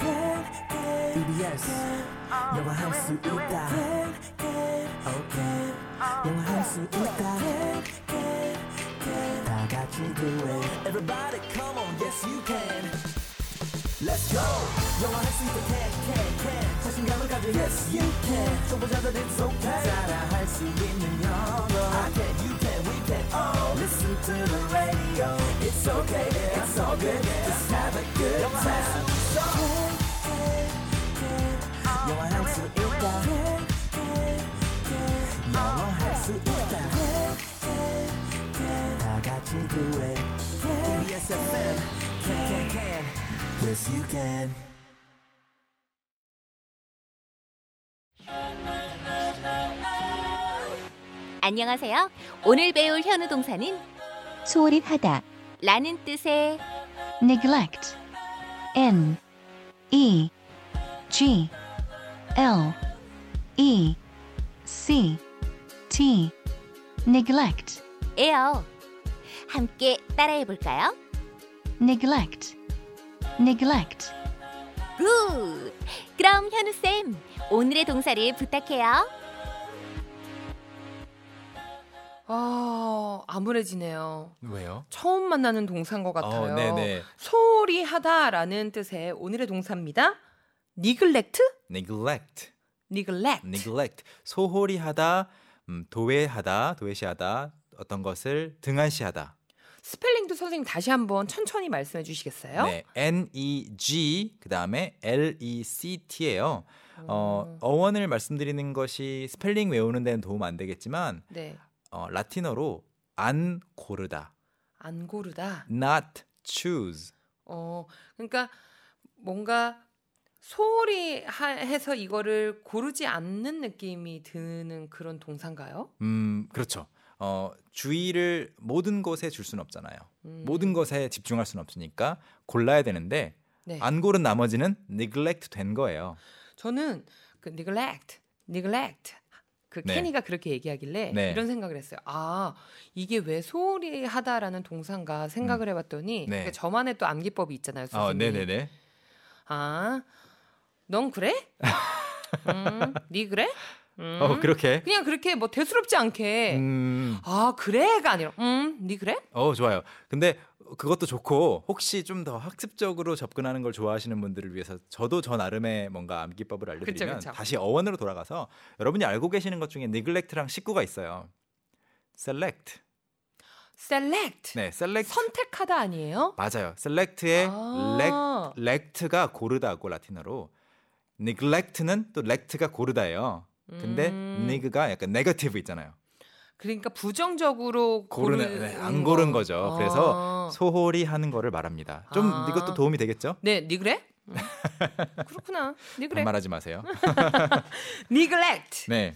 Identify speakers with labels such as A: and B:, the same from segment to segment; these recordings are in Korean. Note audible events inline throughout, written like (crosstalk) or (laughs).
A: E yes 영화할 수 있다 E okay 영화할 수 있다 다 같이 do it everybody come on yes you can Let's go 영화할 수 있다 can E can can 자신감을 가져 yes you can 초보자들 it's okay 따라할 수 있는 영어 I can you can we can all listen to the radio it's okay yeah, it's all good just have a good time 영화할 수 있다 영화할 수 있다 다 같이 do it KBS FM can can can yes you can
B: 안녕하세요. 오늘 배울 현우 동사는
C: 소홀히 하다
B: 라는 뜻의
C: neglect n e g l e c t neglect
B: 에요. 함께 따라해 볼까요?
C: neglect neglect
B: 굿! 그럼 현우쌤, 오늘의 동사를 부탁해요.
D: 아, 암울해지네요.
E: 왜요?
D: 처음 만나는 동사인 것 같아요.
E: 어, 네네.
D: 소홀히 하다라는 뜻의 오늘의 동사입니다. neglect?
E: neglect,
D: neglect.
E: neglect. 소홀히 하다, 음, 도외하다, 도외시하다. 어떤 것을 등한시하다.
D: 스펠링도 선생님 다시 한번 천천히 말씀해 주시겠어요?
E: 네, N E G 그다음에 L E C T예요.
D: 음.
E: 어, 어원을 말씀드리는 것이 스펠링 외우는 데는 도움 안 되겠지만
D: 네.
E: 어, 라틴어로 안 고르다.
D: 안 고르다.
E: not choose.
D: 어, 그러니까 뭔가 소홀히 하- 해서 이거를 고르지 않는 느낌이 드는 그런 동사인가요?
E: 음, 그렇죠. 어, 주의를 모든 것에 줄 수는 없잖아요.
D: 음,
E: 모든 것에 집중할 수는 없으니까 골라야 되는데
D: 네.
E: 안 고른 나머지는 neglect 된 거예요.
D: 저는 그 neglect, neglect 그
E: 네.
D: 케니가 그렇게 얘기하길래
E: 네.
D: 이런 생각을 했어요. 아 이게 왜 소홀히 하다라는 동사인가 생각을 해봤더니
E: 네.
D: 그게 저만의 또 암기법이 있잖아요.
E: 어,
D: 선생님.
E: 네네네.
D: 아, 넌
E: (laughs)
D: 그래? 음, 네 그래? 음,
E: 어, 그렇게.
D: 그냥 그렇게 뭐 대수롭지 않게.
E: 음,
D: 아 그래가 아니라 음, 네 그래?
E: 어, 좋아요. 근데 그것도 좋고 혹시 좀 더 학습적으로 접근하는 걸 좋아하시는 분들을 위해서 저도 저 나름의 뭔가 암기법을 알려드리면
D: 그쵸.
E: 다시 어원으로 돌아가서 여러분이 알고 계시는 것 중에 neglect랑 식구가 있어요. select.
D: select.
E: 네, select.
D: 선택하다 아니에요?
E: 맞아요. select의
D: 아.
E: lect, lect가 고르다고 라틴어로 neglect는 또 lect가 고르다예요. 근데
D: 음.
E: neg가 약간 negative 있잖아요.
D: 그러니까 부정적으로
E: 고르는
D: 고르는
E: 네, 안 고른
D: 거.
E: 거죠.
D: 아.
E: 그래서 소홀히 하는 거를 말합니다. 좀
D: 아.
E: 이것도 도움이 되겠죠?
D: 네, 니 그래? 음. (laughs) 그렇구나. 니 그래.
E: 말하지
D: (laughs)
E: 마세요.
D: neglect.
E: 네.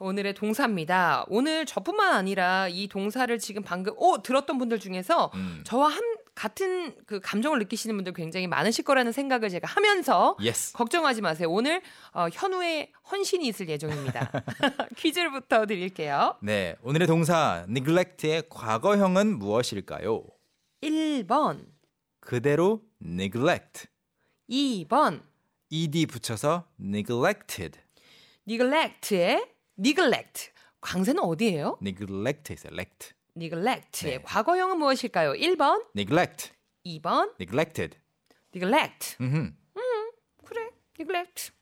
D: 오늘의 동사입니다. 오늘 저뿐만 아니라 이 동사를 지금 방금 오 들었던 분들 중에서
E: 음.
D: 저와 한 같은 그 감정을 느끼시는 분들 굉장히 많으실 거라는 생각을 제가 하면서
E: 예스.
D: 걱정하지 마세요. 오늘 어, 현우의 헌신이 있을
E: (laughs)
D: 예정입니다. (laughs) 퀴즈부터 드릴게요.
E: 네. 오늘의 동사 neglect의 과거형은 무엇일까요?
D: 1번,
E: 그대로 neglect.
D: 2번,
E: ed 붙여서 neglected.
D: neglect의 neglect. 강세는 어디예요?
E: neglect is elect.
D: neglect의
E: 네.
D: 과거형은 무엇일까요? 1번,
E: neglect.
D: 2번,
E: neglected.
D: neglect.
E: 음흠.
D: 그래, neglect.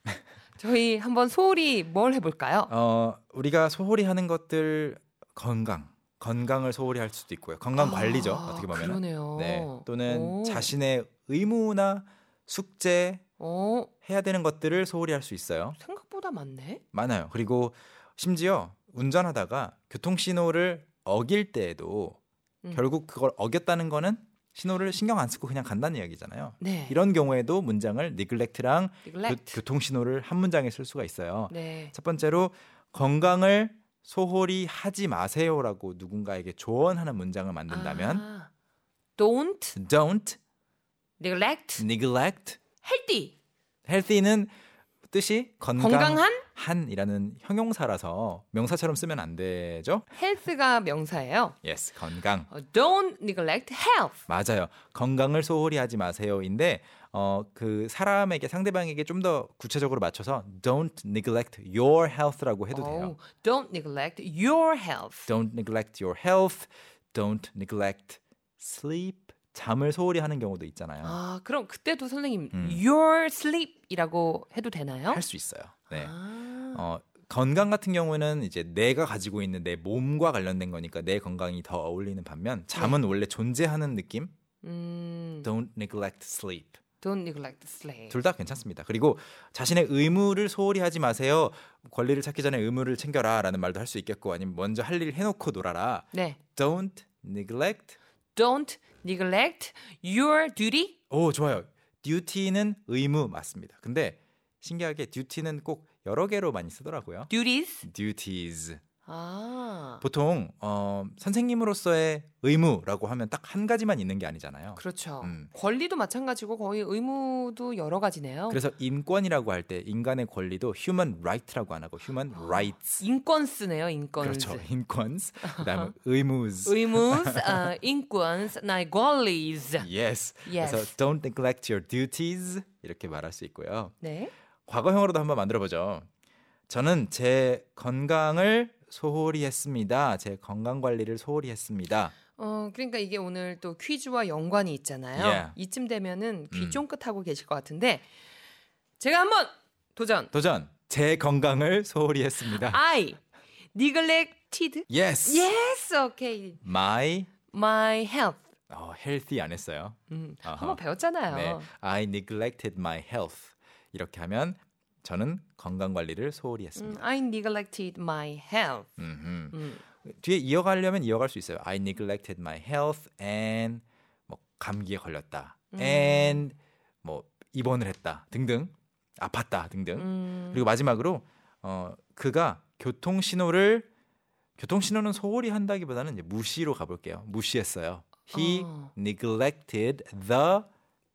D: 저희 한번 소홀히 뭘 해볼까요?
E: 어, 우리가 소홀히 하는 것들 건강, 건강을 소홀히 할 수도 있고요. 건강 관리죠.
D: 아,
E: 어떻게 보면.
D: 그러네요.
E: 네. 또는
D: 오.
E: 자신의 의무나 숙제
D: 어,
E: 해야 되는 것들을 소홀히 할 수 있어요.
D: 생각보다 많네.
E: 많아요. 그리고 심지어 운전하다가 교통 신호를 어길 때에도
D: 음.
E: 결국 그걸 어겼다는 거는 신호를 신경 안 쓰고 그냥 간다는 이야기잖아요.
D: 네.
E: 이런 경우에도 문장을 neglect랑
D: neglect.
E: 교통 신호를 한 문장에 쓸 수가 있어요.
D: 네.
E: 첫 번째로 건강을 소홀히 하지 마세요라고 누군가에게 조언하는 문장을 만든다면
D: 아, don't
E: don't
D: neglect
E: neglect
D: healthy
E: healthy는 뜻이 건강
D: 건강한
E: 한이라는 형용사라서 명사처럼 쓰면 안 되죠?
D: 헬스가 명사예요.
E: Yes, 건강.
D: 어, Don't neglect health.
E: 맞아요. 건강을 소홀히 하지 마세요인데 어, 그 사람에게 상대방에게 좀 더 구체적으로 맞춰서 don't neglect your health라고 해도 돼요.
D: 어우, Don't neglect your health.
E: Don't neglect your health. Don't neglect sleep. 잠을 소홀히 하는 경우도 있잖아요.
D: 아, 그럼 그때도 선생님 your sleep이라고 해도 되나요?
E: 음. 할 수 있어요. 네.
D: 아,
E: 어, 건강 같은 경우는 이제 내가 가지고 있는 내 몸과 관련된 거니까 내 건강이 더 어울리는 반면 잠은 원래 존재하는 느낌.
D: 음,
E: Don't neglect sleep.
D: don't neglect sleep.
E: 둘 다 괜찮습니다. 그리고 자신의 의무를 소홀히 하지 마세요. 권리를 찾기 전에 의무를 챙겨라라는 말도 할 수 있겠고 아니면 먼저 할 일 해놓고 놀아라.
D: 네,
E: Don't neglect.
D: don't neglect your duty.
E: 오 좋아요. Duty는 의무 맞습니다. 근데 신기하게 duty는 꼭 여러 개로 많이 쓰더라고요.
D: duties.
E: Duties.
D: 아,
E: 보통 어, 선생님으로서의 의무라고 하면 딱 한 가지만 있는 게 아니잖아요.
D: 그렇죠.
E: 음.
D: 권리도 마찬가지고 거의 의무도 여러 가지네요.
E: 그래서 인권이라고 할 때 인간의 권리도 human right라고 안 하고 human rights.
D: 인권 쓰네요, 아, 인권.
E: 그렇죠.
D: (laughs)
E: 인권s. 그다음에 의무s.
D: 의무,
E: (laughs)
D: 아, 인권, 나의 권리s.
E: yes.
D: Yes.
E: 그래서 don't neglect your duties 이렇게 말할 수 있고요.
D: 네.
E: 과거형으로도 한번 만들어 보죠. 저는 제 건강을 소홀히 했습니다. 제 건강 관리를 소홀히 했습니다.
D: 어, 그러니까 이게 오늘 또 퀴즈와 연관이 있잖아요.
E: Yeah.
D: 이쯤 되면은
E: 음.
D: 귀 쫑긋하고 계실 것 같은데 제가 한번 도전.
E: 도전. 제 건강을 소홀히 했습니다.
D: I neglected.
E: yes.
D: Yes, okay.
E: My
D: My health.
E: 어, healthy 안 했어요.
D: 음,
E: 아하.
D: 한번 배웠잖아요.
E: 네. I neglected my health. 이렇게 하면 저는 건강 관리를 소홀히
D: 음,
E: 했습니다.
D: I neglected my health.
E: 음흠.
D: 음.
E: 뒤에 이어가려면 이어갈 수 있어요. I neglected my health and 뭐 감기에 걸렸다.
D: 음.
E: and 뭐 입원을 했다. 등등. 아팠다 등등.
D: 음,
E: 그리고 마지막으로 어 그가 교통 신호를 교통 신호는 소홀히 한다기보다는 이제 무시로 가 볼게요. 무시했어요. He
D: 어.
E: neglected the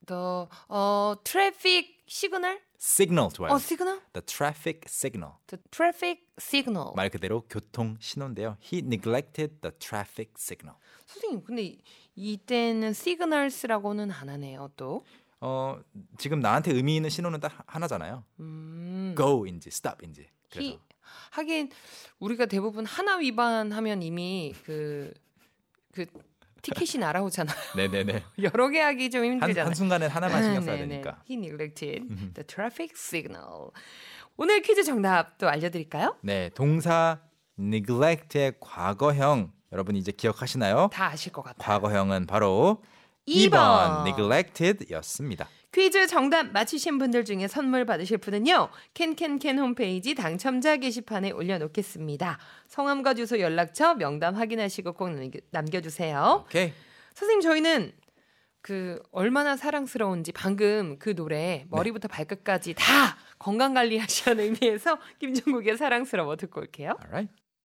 D: the 어, traffic signal?
E: signal 좋아요.
D: 어, signal?
E: The traffic signal.
D: The traffic signal.
E: 말 그대로 교통 신호인데요. He neglected the traffic signal.
D: 선생님, 근데 이- 이때는 signals라고는 안 하네요, 또.
E: 어, 지금 나한테 의미 있는 신호는 딱 하나잖아요.
D: 음.
E: go인지 stop인지. 그래서
D: 히, 하긴 우리가 대부분 하나 위반하면 이미 그, 그 티켓이 날아오잖아요. (laughs)
E: 네네네.
D: 여러 개 하기 좀
E: 한,
D: 힘들잖아요.
E: 한순간엔 하나만 신경 써야
D: 네네.
E: 되니까.
D: He neglected the traffic signal. 오늘 퀴즈 정답 또 알려드릴까요?
E: 네, 동사 neglect의 과거형 여러분 이제 기억하시나요?
D: 다 아실 것 같아요.
E: 과거형은 바로 2번,
D: 이번.
E: neglected였습니다.
D: 퀴즈 정답 맞히신 분들 중에 선물 받으실 분은요. 캔캔캔 홈페이지 당첨자 게시판에 올려놓겠습니다. 성함과 주소 연락처 명단 확인하시고 꼭 남겨- 남겨주세요.
E: 오케이.
D: 선생님 저희는 그 얼마나 사랑스러운지 방금 그 노래 머리부터 (laughs) 발끝까지 다 건강 관리하시는 의미에서 김종국의 사랑스러워 듣고 올게요.
E: Alright.